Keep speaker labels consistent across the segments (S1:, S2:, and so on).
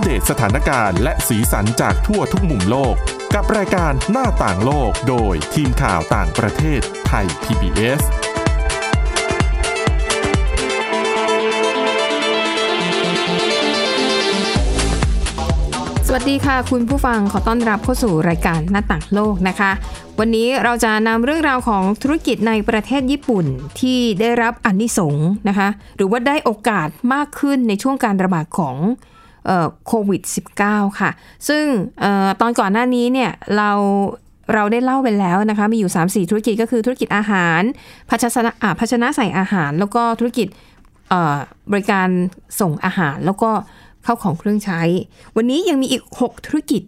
S1: เดตสถานการณ์และสีสันจากทั่วทุกมุมโลก กับรายการหน้าต่างโลกโดยทีมข่าวต่างประเทศไทย PBS
S2: สวัสดีค่ะ คุณผู้ฟังขอต้อนรับเข้าสู่รายการหน้าต่างโลกนะคะ วันนี้เราจะนำเรื่องราวของธุรกิจในประเทศญี่ปุ่นที่ได้รับอนนิสงส์นะคะ หรือว่าได้โอกาสมากขึ้นในช่วงการระบาดของเอ่อโควิด -19 ค่ะ ซึ่งเอ่อตอนก่อนหน้านี้เนี่ยเราเราได้เล่าไปแล้วนะคะ มีอยู่ 3-4 ธุรกิจก็คือธุรกิจอาหารภาชนะอ่าภาชนะใส่อาหาร แล้วก็ธุรกิจ เอ่อบริการส่งอาหารแล้วก็เข้าของเครื่องใช้ วันนี้ยังมีอีก 6 ธุรกิจ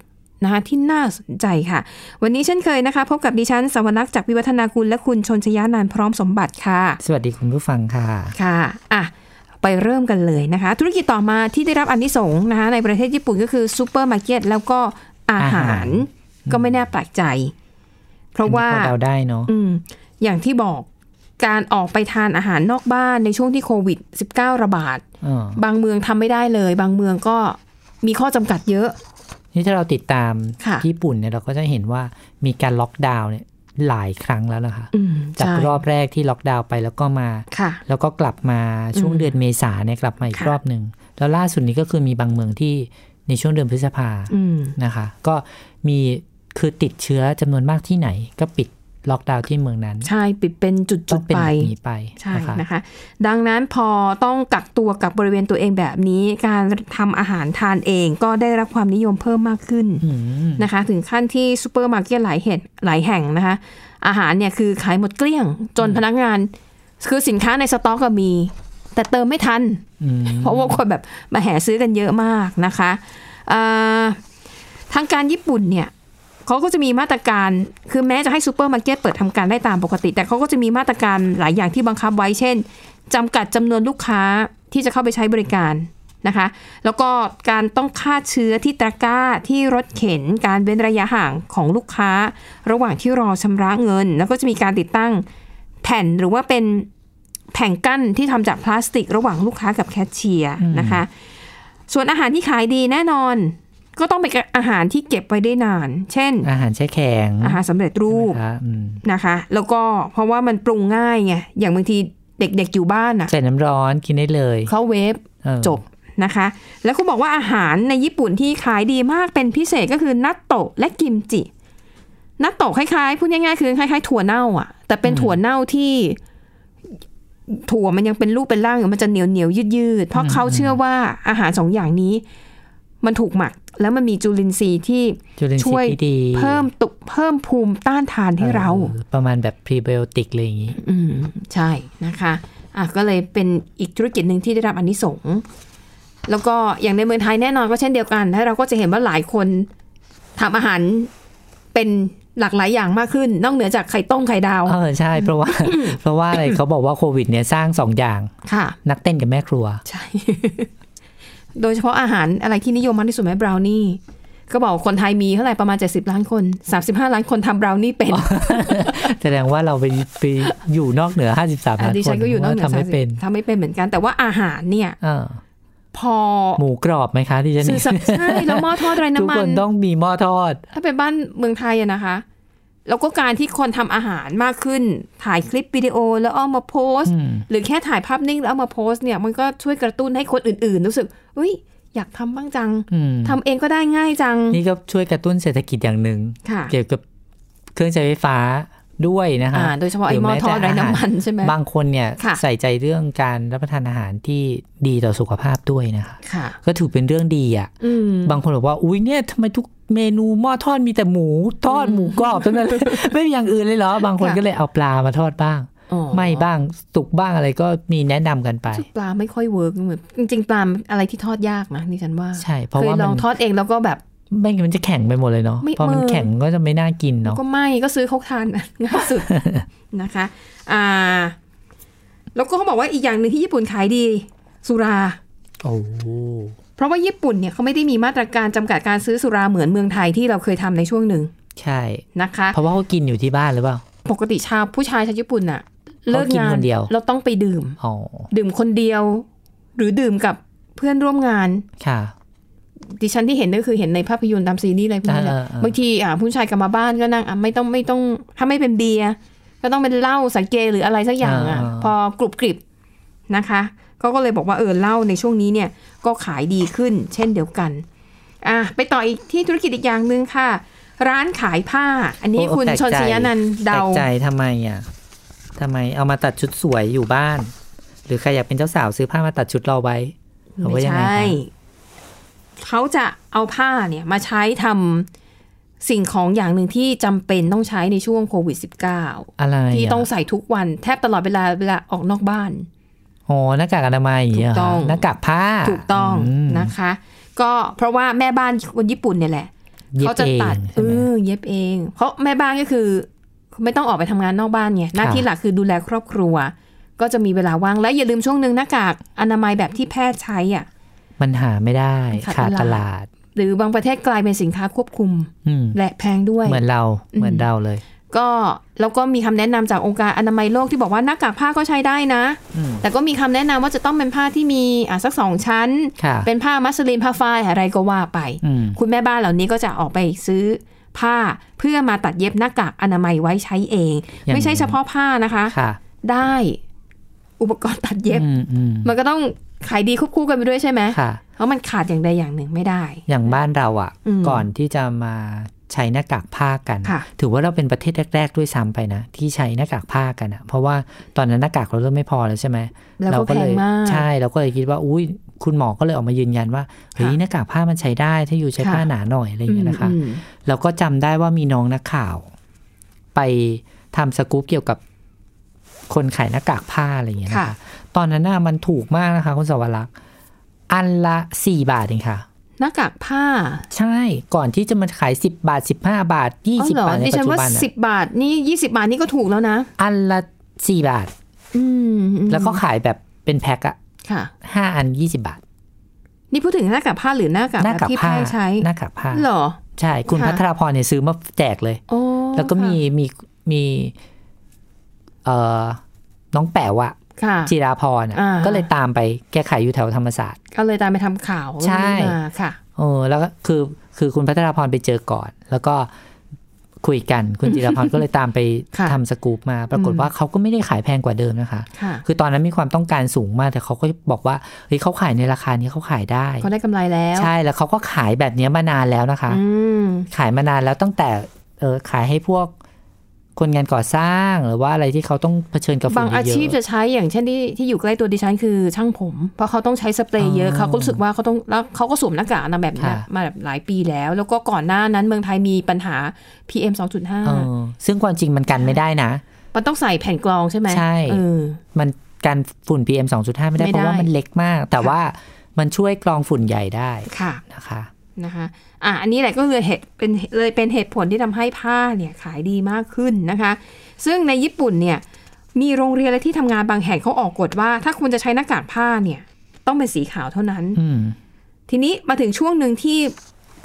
S2: นะคะที่น่าสนใจค่ะ วันนี้เช่นเคยนะคะ พบกับดิฉันสวรักษ์จากวิวัฒนาคุณและคุณชนชยานานท์พร้อมสมบัติค่ะ
S3: สวัสดีคุณผู้ฟังค่ะ
S2: ค่ะอ่ะ ไปเริ่มกันเลยนะคะ ธุรกิจต่อมาที่ได้รับอันนิสงส์นะคะในประเทศญี่ปุ่นก็คือซูเปอร์มาร์เก็ตแล้วก็อาหา
S3: อาหาร ร
S2: ก็ไม่น่าแปลกใจ เพราะว่า
S3: อันนี้พอเดาได้เนาะ
S2: อืมอย่างที่บอกการออกไปทานอาหารนอกบ้านในช่วงที่โควิด -19 ระบาด
S3: อ่า
S2: บางเมืองทำไม่ได้เลย บางเมืองก็มีข้อจำกัดเยอะ
S3: นี่ถ้าเราติดตาม
S2: ค่ะ
S3: ญี่ปุ่นเนี่ยเราก็จะเห็นว่ามีการล็อกดาวน์เนี่ยหลายครั้งแล้วนะคะ
S2: อืม
S3: จาก
S2: ใช่
S3: รอบแรกที่ล็อกดาวน์ไปแล้วก็มา
S2: ค่ะ
S3: แล้วก็กลับมาช่วง
S2: อืม
S3: เดือนเมษาเนี่ยกลับมาอีก
S2: ค่ะ
S3: รอบหนึ่งแล้วล่าสุดนี้ก็คือมีบางเมืองที่ในช่วงเดือนพฤษภา
S2: อืม
S3: นะคะ ก็มีคือติดเชื้อจำนวนมากที่ไหน ก็ปิดล็อกดาวน์ที่เมืองนั้น
S2: ใช่ปิดเป็นจุด
S3: ต้
S2: จุ
S3: อง
S2: ด
S3: เป็น
S2: ไป
S3: แบบนี้ไป
S2: ใช่
S3: นะคะ
S2: นะคะ ดังนั้นพอต้องกักตัวกับบริเวณตัวเองแบบนี้ การทำอาหารทานเองก็ได้รับความนิยมเพิ่มมากขึ้น
S3: อืม
S2: นะคะ ถึงขั้นที่ซูเปอร์มาร์เก็ตหลายเหตุหลายแห่งนะคะ อาหารเนี่ยคือขายหมดเกลี้ยง จนพนักงาน คือสินค้าในสต็อกก็มี แต่เติมไม่ทัน
S3: อืม
S2: เพราะว่าคนแบบมาแห่ซื้อกันเยอะมากนะคะเอ่อทางการญี่ปุ่นเนี่ยเขาก็จะมีมาตรการ คือแม้จะให้ซูเปอร์มาร์เก็ตเปิดทำการได้ตามปกติ แต่เขาก็จะมีมาตรการหลายอย่างที่บังคับไว้ เช่นจำกัดจำนวนลูกค้าที่จะเข้าไปใช้บริการนะคะ แล้วก็การต้องฆ่าเชื้อที่ตะกร้าที่รถเข็น การเว้นระยะห่างของลูกค้า ระหว่างที่รอชำระเงิน แล้วก็จะมีการติดตั้งแผ่นหรือว่าเป็น แผงกั้นที่ทำจากพลาสติกระหว่างลูกค้ากับแคชเชียร์นะคะ ส่วนอาหารที่ขายดีแน่นอน ก็ต้องเป็นอาหารที่เก็บไว้ได้นาน เช่น
S3: อาหารแช่แข็ง
S2: อาหารสำเร็จรูป
S3: นะคะอืม
S2: นะคะ แล้วก็เพราะว่ามันปรุงง่ายไง อย่างบางทีเด็กๆอยู่บ้านอ่ะ
S3: ใส่น้ำร้อนกินได้เลย
S2: เขาเวฟ
S3: เออ
S2: จบนะคะ แล้วก็บอกว่าอาหารในญี่ปุ่นที่ขายดีมากเป็นพิเศษก็คือนัตโตะและกิมจินัตโตะคล้ายๆพูดง่ายๆคือคล้ายๆ ถั่วเน่าอ่ะ แต่เป็นถั่วเน่าที่ ถั่วมันยังเป็นรูปเป็นร่างอยู่มันจะเหนียวเหนียวยืดยืดๆเพราะเขาเชื่อว่าอาหารสองอย่างนี้ มันถูกหมัก แล้วมันมีจุลินทรีย์ที่
S3: จุลินท
S2: ช่
S3: รี
S2: วย
S3: ย์ที่ดี
S2: เพิ่มตุเพิ่มภูมิต้านทานให้เรา
S3: ออประมาณแบบพรีไบโอติกเลยอย่างนี้
S2: อืม ใช่นะคะอ่ะก็เลยเป็นอีกธุรกิจหนึ่งที่ได้รับอันนิสงส์แล้วก็อย่างในเมืองไทยแน่นอนก็เช่นเดียวกันนะเราก็จะเห็นว่าหลายคนทำอาหารเป็นหลากหลายอย่างมากขึ้น นอกเหนือจากไข่ต้มไข่ดาว
S3: เออใช่เพราะว่า เพราะว่าอะไรเขาบอกว่าโควิดเนี่ยสร้างสองอย่าง
S2: ค่ะ
S3: นักเต้นกับแม่ครัว
S2: ใช่ โดยเฉพาะอาหารอะไรที่นิยมมากที่สุดไหมบราวนี่ ก็บอกคนไทยมีเท่าไหร่ประมาณ 70 ล้านคน 35 ล้านคนทำบราวนี่เป็น
S3: แสดงว่าเราไปไปอยู่นอกเหนือ 53
S2: อ่ะ
S3: ล้าน
S2: ดิ
S3: ค
S2: ฉั
S3: น
S2: นก็อยู่นอกเหนือ
S3: พราะว่าทำไม่เป็น
S2: 30ทำไม่เป็นเหมือนกัน แต่ว่าอาหารเนี่ย
S3: เออ
S2: พอ
S3: หมูกรอบไหมคะที่ฉัน
S2: สื่อสับใช่แล้วหม้อทอดไร้
S3: ทุก
S2: น้ำมั
S3: คน นต้องมีหม้อทอด
S2: ถ้าเป็นบ้านเมืองไทยอะนะคะ แล้วก็การที่คนทำอาหารมากขึ้น ถ่ายคลิปวิดีโอแล้วเอามาโพสต์
S3: อืม
S2: หรือแค่ถ่ายภาพนิ่งแล้วเอามาโพสต์เนี่ย มันก็ช่วยกระตุ้นให้คนอื่นๆ รู้สึกเฮ้ย อยากทำบ้างจัง
S3: อืม
S2: ทำเองก็ได้ง่ายจัง
S3: นี่ก็ช่วยกระตุ้นเศรษฐกิจอย่างหนึ่ง
S2: ค่ะ
S3: เกี่ยวกับเครื่องใช้ไฟฟ้าด้วยนะคะ
S2: อ่า โดยเฉพาะไอ้หม้อทอดไร้น้ำมันใช่ไหม
S3: บางคนเนี่ย
S2: ค่ะ
S3: ใส่ใจเรื่องการรับประทานอาหารที่ดีต่อสุขภาพด้วยนะคะ
S2: ค่ะ
S3: ก็ถือเป็นเรื่องดีอ่ะ
S2: อืม
S3: บางคนบอกว่า อุ้ยเนี่ยทำไมทุกเมนูหม้อทอดมีแต่หมูทอดหมูกรอบเท่านั้นเลย ไม่มีอย่างอื่นเลยเหรอ บางคน
S2: ค่ะ
S3: ก็เลยเอาปลามาทอดบ้าง
S2: อ๋อ
S3: ไม่บ้างสุกบ้างอะไรก็มีแนะนำกันไป
S2: ปลาไม่ค่อยเวิร์กเหมือนจริงๆปลาอะไรที่ทอดยากนะนี่ฉันว่า
S3: ใช่ เพราะ
S2: เคย
S3: ว่า
S2: ล
S3: มั
S2: อง
S3: น
S2: ทอดเองแล้วก็แบบ
S3: ไม่งั้นมันจะแข็งไปหมดเลยเนาะ
S2: ไม่
S3: พอมัน
S2: เออ
S3: แข็งก็จะไม่น่ากินเนาะ
S2: ก็ไม่ก็ซื้อเขาทาน ง่ายสุดนะคะอ่าแล้วก็เขาบอกว่าอีกอย่างหนึ่งที่ญี่ปุ่นขายดี สุรา
S3: โอ้โห
S2: เพราะว่าญี่ปุ่นเนี่ยเขาไม่ได้มีมาตรการจำกัดการซื้อสุราเหมือนเมืองไทยที่เราเคยทำในช่วงหนึ่ง
S3: ใช่
S2: นะคะ
S3: เพราะว่าเขากินอยู่ที่บ้านหรือเปล่า
S2: ปกติชาวผู้ชายชาวญี่ปุ่นอะเลิกงาน
S3: เขากินคนเดียว
S2: เราต้องไปดื่ม
S3: อ๋อ
S2: ดื่มคนเดียว หรือดื่มกับเพื่อนร่วมงาน
S3: ค่ะ
S2: ดิฉันที่เห็นก็คือเห็นในภาพยนตร์ตามซีรีส์อะไรพวกนี้แหละ
S4: อ่าอ่าอ่า
S2: บางทีอ่าผู้ชายกลับมาบ้านก็นั่งอ่ะไม่ต้องไม่ต้องถ้าไม่เป็นเบียร์ก็ต้องเป็นเหล้าสาเกหรืออะไรสักอย่างอ่ะ พอกรุบกริบนะคะเขาก็เลยบอกว่าเออเหล้าในช่วงนี้เนี่ยก็ขายดีขึ้น เช่นเดียวกันอ่ะไปต่ออีกที่ธุรกิจอีกอย่างหนึ่งค่ะ ร้านขายผ้า อันนี้
S3: โอ้
S2: คุณ
S3: แปลก
S2: ชน
S3: ใจ
S2: ชยานันท์เดา
S3: แปลกใจทำไมอ่ะทำไมเอามาตัดชุดสวยอยู่บ้าน หรือใครอยากเป็นเจ้าสาวซื้อผ้ามาตัดชุดเราไว้หรือ
S2: ไม่
S3: ว่ายังไง
S2: ใช่
S3: คะ
S2: เขาจะเอาผ้าเนี่ยมาใช้ทำสิ่งของอย่างหนึ่งที่จำเป็นต้องใช้ในช่วงโควิด -19
S3: อะไระ
S2: ที่ต้องใส่ทุกวันแทบตลอดเวลาเวลาออกนอกบ้าน
S3: อ๋อหน้ากากอนามัยย่างเงี้ย
S2: ถูกต้อง
S3: หน้ากากผ้า
S2: ถูกต้อง
S3: ม
S2: นะคะ ก็เพราะว่าแม่บ้านคนญี่ปุ่นเนี่ยแหละ
S3: เย็บ
S2: เขาจะ
S3: เอง
S2: ตัด
S3: ใช่
S2: เอ
S3: ไหม
S2: อเย็บเอง เพราะแม่บ้านก็คือ ไม่ต้องออกไปทำงานนอกบ้านไงหน้า
S3: ค่ะ
S2: ที่หลักคือดูแลครอบครัว ก็จะมีเวลาว่างและอย่าลืมช่วงหนึ่งหน้ากากอนามัยแบบที่แพทย์ใช้อ่ะ
S3: มันหาไม่ได้
S2: ขา
S3: ขา
S2: ด
S3: ด
S2: ต
S3: ต
S2: ลา
S3: ลา
S2: ด
S3: ด
S2: หรือบางประเทศกลายเป็นสินค้าควบคุม
S3: อืม
S2: และแพงด้วย
S3: เหมือนเรา
S2: อืม
S3: เหมือนเราเลย
S2: ก็แล้วก็มีคำแนะนำจากองค์การอนามัยโลกที่บอกว่าหน้ากากผ้าก็ใช้ได้นะ
S3: อืม
S2: แต่ก็มีคำแนะนำว่าจะต้องเป็นผ้าที่มีอ่ะสักสองชั้น
S3: ค่ะ
S2: เป็นผ้ามัสลินผ้าฝ้ายอะไรก็ว่าไป
S3: อืม
S2: คุณแม่บ้านเหล่านี้ก็จะออกไปซื้อผ้าเพื่อมาตัดเย็บหน้ากากอนามัยไว้ใช้เอง
S3: อย่าง
S2: ไม่ใช่เฉพาะผ้านะคะ
S3: ค่ะ
S2: ได้อุปกรณ์ตัดเย็บ
S3: อืมอืม
S2: มันก็ต้องขายดีควบคู่กันไปด้วยใช่ไหม
S3: ค่ะ
S2: เพราะมันขาดอย่างใดอย่างหนึ่งไม่ได้
S3: อย่างบ้านเราอ่ะ
S2: อืม
S3: ก่อนที่จะมาใช้หน้ากากผ้ากัน
S2: ค่ะ
S3: ถือว่าเราเป็นประเทศแรก ๆ ด้วยซ้ำไปนะ ที่ใช้หน้ากากผ้ากันอ่ะ เพราะว่าตอนนั้นหน้ากากเราเริ่มไม่พอแล้วใช่ไหม
S2: แล้วก็แพ
S3: เล
S2: ง
S3: ย
S2: มาก
S3: ใช่เราก็เลยคิดว่าอุ้ยคุณหมอก็เลยออกมายืนยันว่าเฮ้ยหน้ากากผ้ามันใช้ได้ถ้าอยู่ใช้
S2: ค่ะ
S3: ผ้าหนาหน่อยอะไรอย่างเงี้ยนะคะ
S2: อืม
S3: เราก็จำได้ว่ามีน้องนักข่าว ไปทำสกู๊ปเกี่ยวกับคนขายหน้ากากผ้าอะไรอย่างเงี้ยนะ
S2: ค่ะ
S3: คะตอนนั้นน่ะมันถูกมากนะคะคุณสวรักษ์อันละสี่บาทเองค่ะ
S2: หน้ากากผ้า
S3: ใช่ก่อนที่จะมาขายสิบบาทสิบห้าบาทยี่
S2: อ๋อ
S3: สิ
S2: เหรอบ
S3: บาทใน
S2: ดิ
S3: ปั
S2: ฉั
S3: จ
S2: น
S3: จุ
S2: ว่า
S3: บันอะ
S2: สิบบาทนี่ยี่สิบาทนี่ก็ถูกแล้วนะ
S3: อันละสี่บาท
S2: อืมอืม
S3: แล้วก็ขายแบบเป็นแพ็คอะ
S2: ค่ะ
S3: ห้าอันยี่สิบาท
S2: นี่พูดถึงหน้ากากผ้าหรือหน้ากาก
S3: หน้ากาก
S2: ที่แพ
S3: ผ้า
S2: ทย์ใช้
S3: หน้ากากผ้า
S2: เหรอ
S3: ใช่คุณ
S2: ค่ะ
S3: พัทรพรเนี่ยซื้อมาแจกเลย
S2: โอ้
S3: แล้วก็มีมีมีเอ่อน้องแป๋วอะ
S2: ค่ะ
S3: จิราพรอะ
S2: อ่า
S3: ก็เลยตามไปแกขายอยู่แถวธรรมศาสตร์
S2: ก็เลยตามไปทำข่าว
S3: ใช่
S2: เรื่องนี้มาค่ะ
S3: เออแล้วก็คือคือคุณพัทรพรไปเจอก่อน แล้วก็คุยกันคุณจิรพรก็เลยตามไป
S2: ค่ะ
S3: ทำสกู๊ปมา ปรากฏว่าเขาก็ไม่ได้ขายแพงกว่าเดิมนะคะ
S2: ค่ะ
S3: คือตอนนั้นมีความต้องการสูงมาก แต่เขาก็บอกว่าเฮ้ยเขาขายในราคานี้เขาขายได้
S2: เขาได้กำไรแล้ว
S3: ใช่แล้วเขาก็ขายแบบเนี้ยมานานแล้วนะคะ
S2: อืม
S3: ขายมานานแล้วตั้งแต่เออขายให้พวกคนงานก่อสร้างหรือว่าอะไรที่เขาต้องเผชิญกับฝุ่
S2: บานงอา
S3: เย
S2: ชีพ
S3: อะ
S2: จะใช้อย่างเช่นที่ที่อยู่ใกล้ตัวดิฉันคือช่างผม เพราะเขาต้องใช้สเปรย์เยอะ
S3: อ๋อ
S2: เขาก็รู้สึกว่าเขาต้องแล้วเขาก็สวมหน้ากากอนามัยแบบนี้
S3: ค่ะ
S2: มาแบบหลายปีแล้ว แล้วก็ก่อนหน้านั้นเมืองไทยมีปัญหา PM 2.5
S3: ๆเออซึ่งความจริงมันกันไม่ได้นะ
S2: มันต้องใส่แผ่นกรองใช่ไหม
S3: ใช่
S2: เออ
S3: มันกันฝุ่น PM 2.5 ไม่ได้
S2: ไม่ได้
S3: เพราะว่ามันเล็กมาก แต่ว่ามันช่วยกรองฝุ่นใหญ่ได้
S2: ค่ะ
S3: นะคะ
S2: นะคะอ่ะอันนี้แหละก็เลยเหตุเป็นเลยเป็นเหตุผลที่ทำให้ผ้าเนี่ยขายดีมากขึ้นนะคะ ซึ่งในญี่ปุ่นเนี่ยมีโรงเรียนและที่ทำงานบางแห่งเขาออกกฎว่า ถ้าคุณจะใช้หน้ากากผ้าเนี่ยต้องเป็นสีขาวเท่านั้น
S3: อืม
S2: ทีนี้มาถึงช่วงหนึ่งที่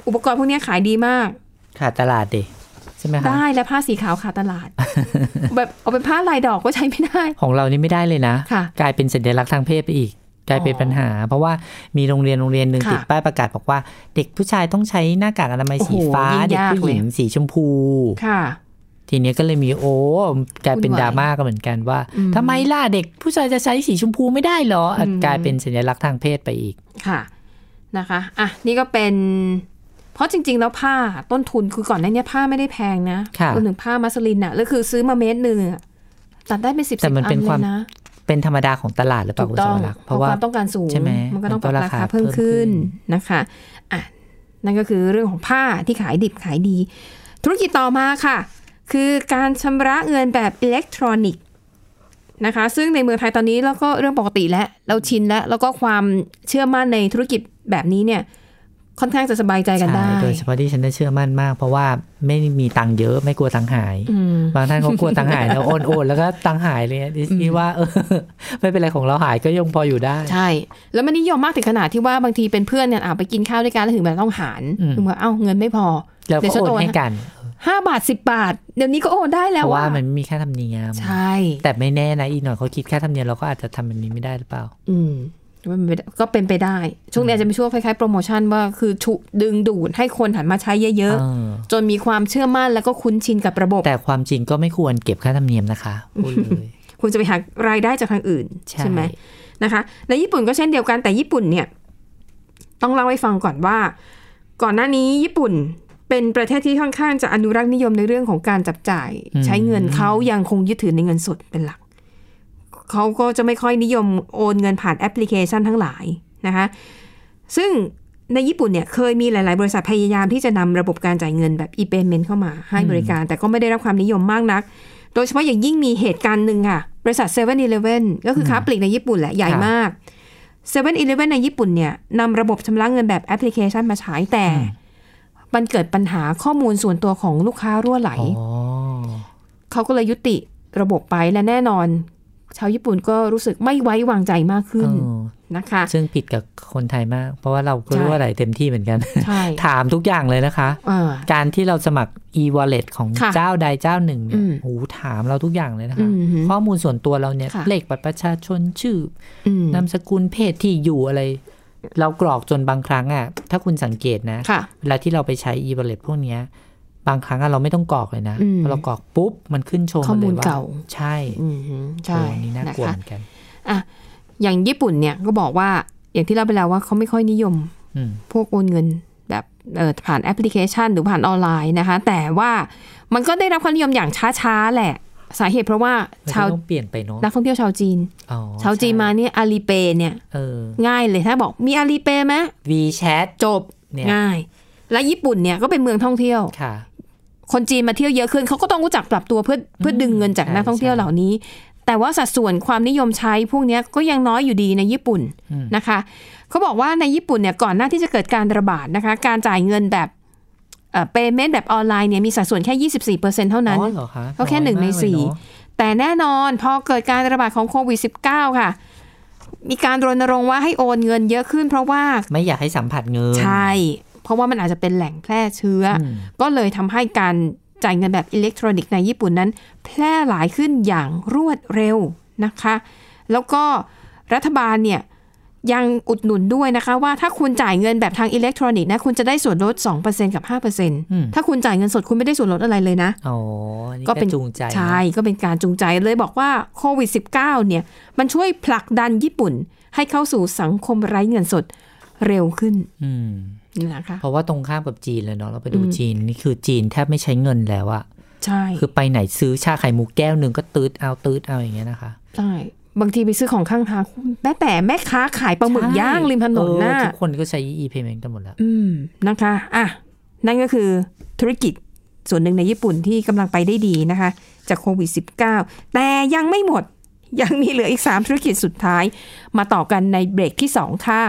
S2: อุปกรณ์พวกเนี้ยขายดีมาก
S3: ขาดตลาดดิใช่ไหมคะ
S2: ได้และผ้าสีขาวขาดตลา ด แบบเอาเป็นผ้าลายดอกก็ใช้ไม่ได้
S3: ของเรานี่ไม่ได้เลยนะ
S2: ค่ะ
S3: กลายเป็นสัญลักษณ์ทางเพศไปอีก กลายเป็นปัญหา เพราะว่ามีโรงเรียนโรงเรียนหนึ่ง
S2: ค่ะ
S3: ติดป้ายประกาศบอกว่า เด็กผู้ชายต้องใช้หน้ากากอนามัย
S2: โอ้โห
S3: สีฟ้า
S2: ยิ่ง
S3: เด็ก
S2: ยาก
S3: ผู้หญิง
S2: เลย
S3: สีชมพู
S2: ค่ะ
S3: ทีเนี้ยก็เลยมีโอ้กลายเป็น
S2: วุ่นวาย
S3: ดราม่ากันเหมือนกันว่า
S2: อืม
S3: ทำไมล่ะเด็กผู้ชายจะใช้สีชมพูไม่ได้เหรออ่ะ
S2: อืม
S3: กลายเป็นสัญลักษณ์ทางเพศไปอีก
S2: ค่ะนะคะอ่ะนี่ก็เป็น เพราะจริง ๆ แล้วผ้าต้นทุนคือก่อนหน้าเนี้ยผ้าไม่ได้แพงนะ
S3: ค่ะ
S2: รวมถึงผ้ามัสลินอะแล้วคือซื้อมาเมตรหนึ่งอะตัดได้เป็นสิบสิ
S3: แต่
S2: บอั
S3: มัน
S2: น
S3: เป็น
S2: เล
S3: ความ
S2: ยนะ
S3: เป็นธรรมดาของตลาดหรือเป
S2: ถู
S3: ล่าก คุณ
S2: ต้
S3: ส
S2: อง
S3: วรักษ์
S2: เพ
S3: เพ
S2: ราะค
S3: ราะว่า
S2: วามต้องการสูง
S3: ใช่ไหม
S2: นก็ต้องปรับ
S3: มันก็
S2: รา
S3: รา
S2: คา
S3: คา
S2: เพิ่ม
S3: เพิ่มขึ้
S2: ขึ้น
S3: น
S2: นะคะอ่ะนั่นก็คือเรื่องของผ้าที่ขายดิบขายดี ธุรกิจต่อมาค่ะ คือการชำระเงินแบบอิเล็กทรอนิกส์นะคะ ซึ่งในเมืองไทยตอนนี้แล้วก็เรื่องปกติแล้วเราชินแล้วแล้วก็ความเชื่อมั่นในธุรกิจแบบนี้เนี่ย ค่อนข้างจะสบายใจกันได้
S3: ใช่โดยเฉพาะที่ฉันได้เชื่อมั่นมาก เพราะว่าไม่มีตังค์เยอะไม่กลัวตังค์หาย
S2: อืม
S3: บางท่านก็กลัวตังค์หาย แล้วโอนโอนแล้วก็ตังค์หายเลยดิฉันว่าเออไม่เป็นไรของเราหายก็ยังพออยู่ได้
S2: ใช่ แล้วมันนิยมมากถึงขนาดที่ว่าบางทีเป็นเพื่อนเนี่ยอ่ะไปกินข้าวด้วยกันแล้วถึงมันต้องหาร
S3: อืม
S2: ถึงว่าเอ้าเงินไม่พอ
S3: แล้วก็โอนให้กัน
S2: ห้าบาทสิบบาท เดี๋ยวนี้ก็โอนได้
S3: เพ
S2: แล้ว
S3: ราะว่า
S2: อะ
S3: มันไม่มีค่าธรรมเนียม
S2: ใช่
S3: แต่ไม่แน่นะอีกหน่อยเขาคิดค่าธรรมเนียมเราก็อาจจะทำแบบนี้ไม่ได้หรือเปล่า
S2: อืม ว่ามันเป็นก็เป็นไปได้ ช่วงนี้อาจจะเป็นช่วงคล้ายๆโปรโมชั่นว่าคือฉุดึงดูดให้คนหันมาใช้เยอะ
S3: เออ
S2: ๆ จนมีความเชื่อมั่นแล้วก็คุ้นชินกับระบบ
S3: แต่ความจริงก็ไม่ควรเก็บค่าธรรมเนียมนะคะพูดเลย
S2: คุณจะไปหารายได้จากทางอื่น ใช่ไหมนะคะ ในญี่ปุ่นก็เช่นเดียวกันแต่ญี่ปุ่นเนี่ย ต้องเล่าให้ฟังก่อนว่า ก่อนหน้านี้ญี่ปุ่นเป็นประเทศที่ค่อนข้างจะอนุรักษ์นิยมในเรื่องของการจับจ่าย
S3: อืม
S2: ใช้เงินเขายังคงยึดถือในเงินสดเป็นหลัก เขาก็จะไม่ค่อยนิยมโอนเงินผ่านแอปพลิเคชันทั้งหลายนะคะ ซึ่งในญี่ปุ่นเนี่ยเคยมีหลาย ๆ บริษัทพยายามที่จะนำระบบการจ่ายเงินแบบ e-payment เข้ามาให้บริการ แต่ก็ไม่ได้รับความนิยมมากนัก โดยเฉพาะอย่างยิ่งมีเหตุการณ์หนึ่งค่ะ บริษัท7 e เ e ่ e อก็คือค้าปลีกในญี่ปุ่นแหละใหญ่
S3: ค่ะ
S2: มาก7 e เ e ่ e ในญี่ปุ่นเนี่ยนำระบบชำระเงินแบบแอปพลิเคชันมาใช้แต่ มันเกิดปัญหาข้อมูลส่วนตัวของลูกค้ารั่วไหล
S3: อ๋อ
S2: เขาก็เลยยุติระบบไปและแน่นอน ชาวญี่ปุ่นก็รู้สึกไม่ไว้วางใจมากขึ้น
S3: เออ
S2: นะคะ
S3: ซึ่งผิดกับคนไทยมาก เพราะว่าเราก็รู้
S2: ใช่
S3: ว่าอะไรเต็มที่เหมือนกัน
S2: ใช่
S3: ถามทุกอย่างเลยนะคะ
S2: อ่า
S3: การที่เราสมัคร e-wallet ของ
S2: ค่ะ
S3: เจ้าใดเจ้าหนึ่งเนี่
S2: อื
S3: ย
S2: ม
S3: โอ้โหถามเราทุกอย่างเลยนะ
S2: อื
S3: คะ
S2: มฮึ
S3: ข้อมูลส่วนตัวเราเนี่ย
S2: ค่ะ
S3: เลขบัตรประชาชนชื่อ
S2: อืม
S3: อนามสกุลเพศที่อยู่อะไร เรากรอกจนบางครั้งอ่ะ ถ้าคุณสังเกตนะ
S2: ค่ะ
S3: เวลาที่เราไปใช้ e-wallet พวกเนี้ย บางครั้งอะเราไม่ต้องกรอกเลยนะ
S2: อืม
S3: พอเรากรอกปุ๊บ มันขึ้นโชว์
S2: ข้อมูล
S3: ยว่
S2: เก่า
S3: ใช่
S2: อืมฮึใช่
S3: โอ้อันนี่น่ากลัวเหมือนกัน
S2: อ่ะอย่างญี่ปุ่นเนี่ยก็บอกว่าอย่างที่เราไปแล้วว่าเขาไม่ค่อยนิยม
S3: อืม
S2: พวกโอนเงินแบบเอ่อผ่านแอปพลิเคชันหรือผ่านออนไลน์นะคะ แต่ว่ามันก็ได้รับความนิยมอย่างช้าๆแหละ สาเหตุเพราะว่าชาว
S3: มันก็ต้องเปลี่ยนไปเนาะ
S2: นักท่องเที่ยวชาวจีน
S3: อ๋อ
S2: ชาวจีนมาเนี่ยอาลีเปเนี่ย
S3: เออ
S2: ง่ายเลยถ้าบอกมีอาลีเปไหม
S3: WeChat
S2: จบ
S3: เนี่ย
S2: ง่าย และญี่ปุ่นเนี่ยก็เป็นเมืองท่องเที่ยว
S3: ค่ะ
S2: คนจีนมาเที่ยวเยอะขึ้นเขาก็ต้องรู้จักปรับตัวเพื่อเพื่อดึงเงินจาก
S3: ใช่
S2: นักท่องเที่ยว
S3: ใช่
S2: เหล่านี้ แต่ว่าสัดส่วนความนิยมใช้พวกเนี้ยก็ยังน้อยอยู่ดีในญี่ปุ่นนะคะเขาบอกว่าในญี่ปุ่นเนี่ยก่อนหน้าที่จะเกิดการระบาดนะคะ การจ่ายเงินแบบเอ่อ payment แบบออนไลน์เนี่ยมีสัดส่วนแค่ 24เเท่านั้น
S3: อ๋อเหรอคะ
S2: ก็แค่
S3: อย
S2: หนึ่งใน
S3: มากเลย
S2: สี่
S3: เนอะ
S2: แต่แน่นอนพอเกิดการระบาดของโควิด -19 ค่ะ มีการรณรงค์ว่าให้โอนเงินเยอะขึ้น เพราะว่า
S3: ไม่อยากให้สัมผัสเงิน
S2: ใช่ เพราะว่ามันอาจจะเป็นแหล่งแพร่เชื้ออ
S3: อืม
S2: ก็เลยทำให้การจ่ายเงินแบบอิเล็กทรอนิกส์ในญี่ปุ่นนั้น แพร่หลายขึ้นอย่างรวดเร็วนะคะ แล้วก็รัฐบาลเนี่ยยังอุดหนุนด้วยนะคะว่าถ้าคุณจ่ายเงินแบบทางอิเล็กทรอนิกส์นะคุณจะได้ส่วนลด 2%กับ
S3: ม
S2: 5%ถ้าคุณจ่ายเงินสดคุณไม่ได้ส่วนลดอะไรเลยนะ
S3: อ๋อนี่
S2: ก็
S3: ก็
S2: เป็
S3: เป็น นจูงใจนะ
S2: ใช่ก็เป็นการจูงใจเลยบอกว่าโควิด -19 เนี่ยมันช่วยผลักดันญี่ปุ่น ให้เข้าสู่สังคมไร้เงินสดเร็วขึ้น
S3: อืม
S2: นะคะ
S3: เพราะว่าตรงข้ามกับจีนเลยเนาะเราไปดู
S2: อืม
S3: จีนนี่คือจีนแทบไม่ใช้เงินแล้วอะ
S2: ใช่
S3: คือไปไหนซื้อชาไข่มุกแก้วหนึ่งก็ตืดเอาตืดเอาอย่างเงี้ยนะคะ
S2: ใช่บางทีไปซื้อของข้างทางแม้แต่แม่ค้าขายปลาหมึกย่างริมถนน
S3: เอ
S2: น่ะ
S3: อทุกคนก็ใช้ e payment กันหมดแล้ว
S2: อืมนะคะอ่ะนั่นก็คือธุรกิจส่วนหนึ่งในญี่ปุ่นที่กำลังไปได้ดีนะคะ จากโควิด -19 แต่ยังไม่หมดยังมีเหลืออีก 3 ธุรกิจสุดท้าย มาต่อกันในเบรกที่ 2 ค่ะ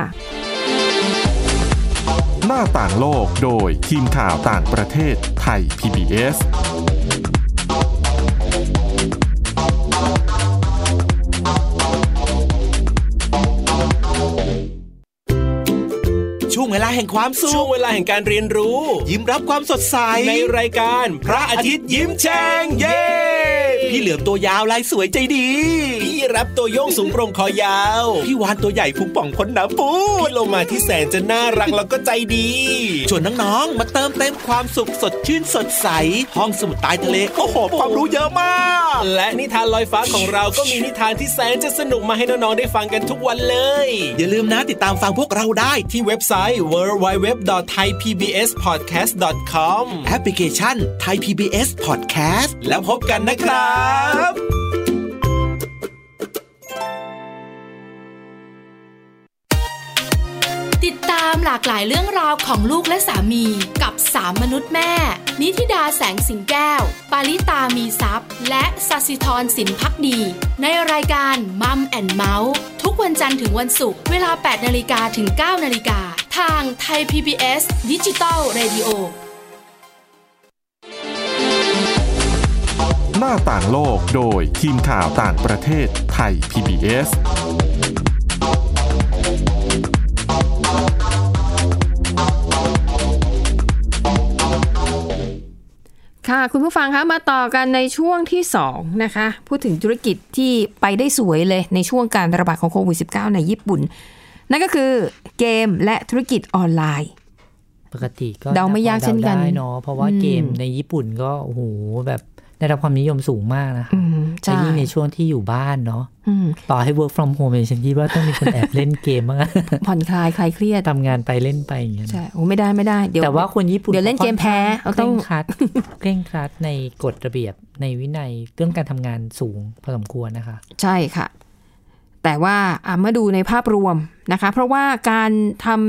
S1: หน้าต่างโลกโดยทีมข่าวต่างประเทศไทย PBS
S5: ช่วงเวลาแห่งความสุ
S6: ช่วง
S5: ข
S6: เวลาแห่งการเรียนรู้
S5: ยิ้มรับความสดใส
S6: ในรายการพระอาทิตย์ยิ้มแฉ่งเย้
S5: พี่เหลือมตัวยาวลายสวยใจดี
S6: พี่รับตัวโยงสูงโปร่งคอยาว
S5: พี่วานตัวใหญ่พุงป่องพ้นหน้ำปู
S6: พี่
S5: ด
S6: โลมาที่แสนจะน่ารักแล้วก็ใจดี
S5: ชวนน้องๆมาเติมเต็มความสุขสดชื่นสดใส ห้องสมุดใต้ทะเลโอ้โหความรู้เยอะมาก
S6: และนิทานลอยฟ้าของเราก็มีนิทานที่แสนจะสนุกมาให้น้องๆได้ฟังกันทุกวันเลย
S5: อย่าลืมนะติดตามฟังพวกเราได้ที่
S6: ที่เว็บไซต์ www.thaipbspodcast.com
S5: แอปพลิเคชันไทย PBS Podcast
S6: แล้วพบกันนะครับ
S7: ติดตามหลากหลายเรื่องราวของลูกและสามีกับสามมนุษย์แม่ นิธิดาแสงสิงแก้ว ปาริตามีซัพ์และสัสิธรสินพักดี ในรายการมัมแอนเมาส์ทุกวันจันทร์ถึงวันศุกร์เวลา 8นาฬิกาถึง 9นาฬิกาทางไทย PBS ดิจิตอล Radio
S1: หน้าต่างโลกโดยทีมข่าวต่างประเทศไทย PBS
S2: ค่ะ คุณผู้ฟังคะมาต่อกันในช่วงที่ 2 นะคะ พูดถึงธุรกิจที่ไปได้สวยเลยในช่วงการระบาดของโควิด -19 ในญี่ปุ่น นั่นก็คือเกมและธุรกิจออนไลน์
S3: ปกติก็
S2: เดาไม่ยากเช่นกัน
S3: พอดาได้เนาะเพราะว่า
S2: อืม
S3: เกมในญี่ปุ่นก็โอ้โหแบบได้รับความนิยมสูงมากนะคะ
S2: อืม
S3: แต่
S2: ใช่
S3: ยิ่งในช่วงที่อยู่บ้านเนาะ
S2: อืม
S3: ต่อให้ work from home เนี่ยฉันคิดว่าต้องมีคนแอบเล่นเกมบ้างอะ
S2: ผ่อนคลายคลายเครียด
S3: ทำงานไปเล่นไปอย่างเงี้ยนะ
S2: ใช่โอ้ไม่ได้ไม่ได้เดี๋ยว
S3: แต่ว่าคนญี่ปุ่น
S2: เดี๋ยวเล่นเกมแพ้
S3: เขา
S2: ต้
S3: ต้
S2: อ
S3: อง งเคร่งครัด เคร่งครัดในกฎระเบียบในวินัยเรื่องการทำงานสูงพอสมควรนะคะ
S2: ใช่ค่ะ แต่ว่าอ่ะมาดูในภาพรวมนะคะ เพราะว่าการทำ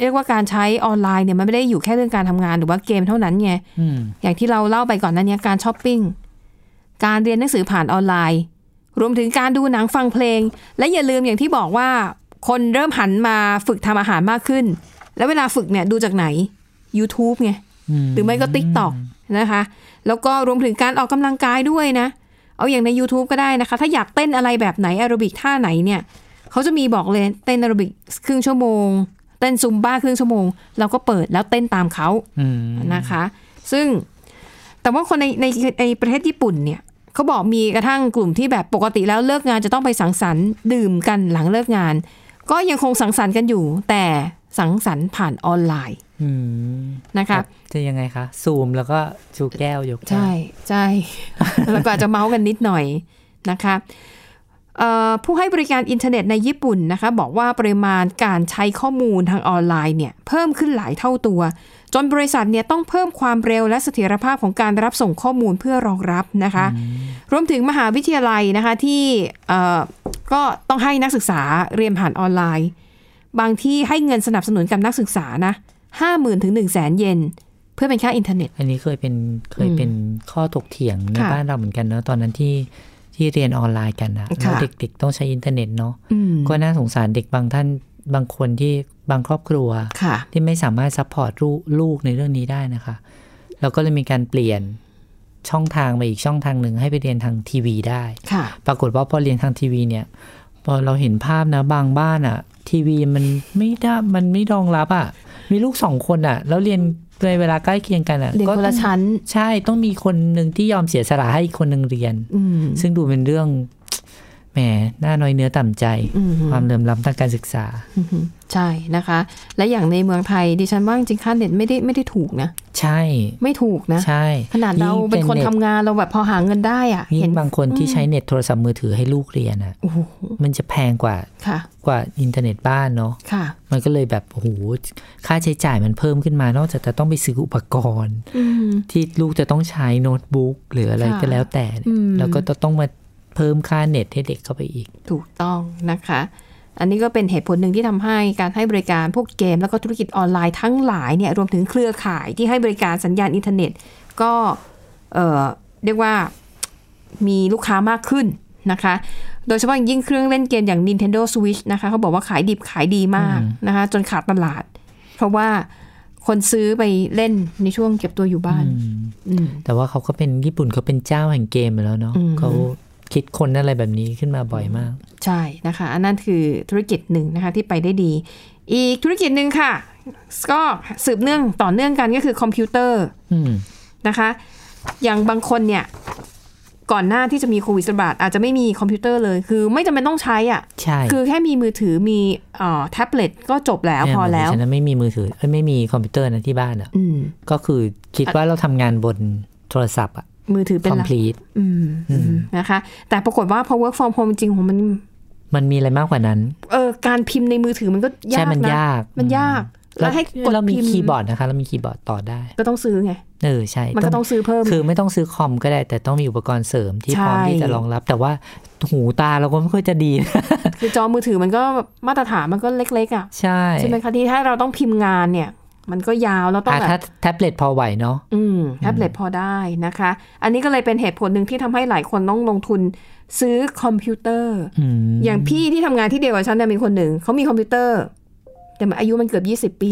S2: เรียกว่าการใช้ออนไลน์เนี่ยมันไม่ได้อยู่แค่เรื่องการทำงานหรือว่าเกมเท่านั้นไง
S3: อืม
S2: อย่างที่เราเล่าไปก่อนหนั้นเนี้ยการช้อปปิ้ง การเรียนหนังสือผ่านออนไลน์ รวมถึงการดูหนังฟังเพลง และอย่าลืมอย่างที่บอกว่า คนเริ่มหันมาฝึกทำอาหารมากขึ้น แล้วเวลาฝึกเนี่ยดูจากไหน YouTube ไง
S3: อืม
S2: หรือไม่ก็ TikTok นะคะ แล้วก็รวมถึงการออกกำลังกายด้วยนะ เอาอย่างใน YouTube ก็ได้นะคะ ถ้าอยากเต้นอะไรแบบไหนแอโรบิกท่าไหนเนี่ยเขาจะมีบอกเลยเต้นแอโรบิกครึ่งชั่วโมง เต้นซุมบ้าครึ่งชั่วโมง เราก็เปิดแล้วเต้นตามเขา
S3: อืม
S2: นะคะ ซึ่งแต่ว่าคนในในในประเทศญี่ปุ่นเนี่ยเขาบอกมีกระทั่งกลุ่มที่แบบปกติแล้วเลิกงานจะต้องไปสังสรรค์ดื่มกันหลังเลิกงาน ก็ยังคงสังสรรค์กันอยู่ แต่สังสรรค์ผ่านออนไลน์
S3: อืม
S2: นะคะ
S3: จะยังไงคะซูมแล้วก็ชูแก้วยก
S2: ใช่ใช่ แล้วก็อาจจะเมาส์กันนิดหน่อยนะคะเอ่อผู้ให้บริการอินเทอร์เน็ตในญี่ปุ่นนะคะ บอกว่าปริมาณการใช้ข้อมูลทางออนไลน์เนี่ยเพิ่มขึ้นหลายเท่าตัว จนบริษัทเนี่ยต้องเพิ่มความเร็วและเสถียรภาพของการรับส่งข้อมูลเพื่อรองรับนะคะ รวมถึงมหาวิทยาลัยนะคะที่เอ่อก็ต้องให้นักศึกษาเรียนผ่านออนไลน์ บางที่ให้เงินสนับสนุนกับนักศึกษานะห้าหมื่นถึงหนึ่งแสนเยนเพื่อเป็นค่าอินเทอร์เน็ต
S3: อันนี้เคยเป็นเคยเป็นข้อถกเถียงใน
S2: ค่ะ
S3: บ้านเราเหมือนกันเนาะตอนนั้นที่ที่เรียนออนไลน์กันนะ
S2: ค่ะ
S3: แล้วเด็กๆต้องใช้อินเทอร์เน็ตเนาะ
S2: อืม
S3: ก็น่าสงสารเด็กบางท่านบางคนที่บางครอบครัว
S2: ค่ะ
S3: ที่ไม่สามารถซัพพอร์ตลูกลูกในเรื่องนี้ได้นะคะ เราก็เลยมีการเปลี่ยนช่องทางไปอีกช่องทางหนึ่งให้ไปเรียนทางทีวีได้
S2: ค่ะ
S3: ปรากฏว่าพอเรียนทางทีวีเนี่ย พอเราเห็นภาพนะบางบ้านอะ่ะ ทีวีมันไม่ได้มันไม่รองรับอะ่ะ มีลูกสองคนอะ่ะ แล้วเรียนในเวลาใกล้เคียงกันอะ่ะ
S2: เรียน
S3: ก็
S2: คนละชั้น
S3: ใช่ต้องมีคนหนึ่งที่ยอมเสียสละให้อีกคนหนึ่งเรียน
S2: อืม
S3: ซึ่งดูเป็นเรื่อง แหมน่าน้อยเนื้อต่ำใจ
S2: อืม
S3: ความเหลื่อมล้ำทางการศึกษา
S2: ใช่นะคะ และอย่างในเมืองไทยดิฉันว่าจริงๆค่าเน็ตไม่ได้ไม่ได้ถูกนะ
S3: ใช่
S2: ไม่ถูกนะ
S3: ใช่
S2: ขนาดเรา
S3: ยิ่ง
S2: เป็นคน
S3: ต
S2: ทำงานเราแบบพอหาเงินได้อ่ะ
S3: ยิ่
S2: เห็
S3: ง
S2: น
S3: บางคนที่ใช้เน็ตโทรศัพท์มือถือให้ลูกเรียนอ่ะ
S2: โอ้โห
S3: มันจะแพงกว่า
S2: ค่ะ
S3: กว่าอินเทอร์เน็ตบ้านเนาะ
S2: ค่ะ
S3: มันก็เลยแบบโอ้โหค่าใช้จ่ายมันเพิ่มขึ้นมานอกจากจะต้องไปซื้ออุปกรณ์
S2: อืม
S3: ที่ลูกจะต้องใช้โน้ตบุ๊กหรืออะไรก็แล้วแต่เนี่ย
S2: อืม
S3: แล้วก็จะต้องมาเพิ่มค่าเน็ตให้เด็กเข้าไปอีก
S2: ถูกต้องนะคะ อันนี้ก็เป็นเหตุผลหนึ่งที่ทำให้การให้บริการพวกเกม แล้วก็ธุรกิจออนไลน์ทั้งหลายเนี่ยรวมถึงเครือข่ายที่ให้บริการสัญญาณอินเทอร์เน็ต ก็เอ่อเรียกว่ามีลูกค้ามากขึ้นนะคะ โดยเฉพาะอย่างยิ่งเครื่องเล่นเกมอย่าง Nintendo Switch นะคะเขาบอกว่าขายดิบขายดีมากนะคะ จนขาดตลาด เพราะว่าคนซื้อไปเล่นในช่วงเก็บตัวอยู่บ้านอืม
S3: แต่ว่าเขาก็เป็นญี่ปุ่นเขาเป็นเจ้าแห่งเกมอยู่แล้วเนาะ
S2: อืม
S3: เขาคิดคนอะไรแบบนี้ขึ้นมาบ่อยมาก
S2: ใช่นะคะ อันนั้นคือธุรกิจหนึ่งนะคะที่ไปได้ดี อีกธุรกิจหนึ่งค่ะ ก็สืบเนื่องต่อเนื่องกันก็คือคอมพิวเตอร์
S3: อืม
S2: นะคะ อย่างบางคนเนี่ย ก่อนหน้าที่จะมีโควิดระบาดอาจจะไม่มีคอมพิวเตอร์เลย คือไม่จำเป็นต้องใช้อะ่ะ
S3: ใช่
S2: คือแค่มีมือถือมีเอ่อแท็บเล็ตก็จบแล้ว
S3: เนี่ย
S2: พอแล้ว
S3: เหมืนดิฉันนะไม่มีมือถือเอ้ยไม่มีคอมพิวเตอร์นะที่บ้านอ่ะ
S2: อืม
S3: ก็คือคิดว่าเราทำงานบนโทรศัพท์อะ
S2: มือถือเป็นหลัก
S3: complete
S2: อืมอืมนะคะ แต่ปรากฏว่าพอ work from home จริงๆผมมัน
S3: มันมีอะไรมากกว่านั้น
S2: เออการพิมพ์ในมือถือมันก็ยาก
S3: ใช่มัน
S2: นะ
S3: ยาก
S2: มันยาก
S3: เรา
S2: แล้วให้กด
S3: เรามี
S2: พิมพ์
S3: คีย์บอร์ดนะคะ เรามีคีย์บอร์ดต่อได้
S2: ก็ต้องซื้อไง
S3: เออใช่
S2: มันก็ต้องซื้อเพิ่ม
S3: คือไม่ต้องซื้อคอมก็ได้ แต่ต้องมีอุปกรณ์เสริมที่
S2: ใช่
S3: พร้อมที่จะรองรับ แต่ว่าหูตาเราก็ไม่ค่อยจะดีนะ
S2: คือจอมือถือมันก็มาตรฐานมันก็เล็กๆอ่ะ
S3: ใช่
S2: ใช่ไหมคะที่ถ้าเราต้องพิมพ์งานเนี่ย มันก็ยาวแล้วต้อง
S3: อ่ะ
S2: แบ
S3: ถ้า
S2: บ
S3: แท็บเล็ตพอไหวเนาะ
S2: อืมแท็บเล็ตพอได้นะคะ อันนี้ก็เลยเป็นเหตุผลหนึ่งที่ทำให้หลายคนต้องลงทุนซื้อคอมพิวเตอร์
S3: อืม
S2: อย่างพี่ที่ทำงานที่เดียวกับฉันเนี่ยมีคนหนึ่งเขามีคอมพิวเตอร์ แต่มันอายุมันเกือบยี่สิบ20 ปี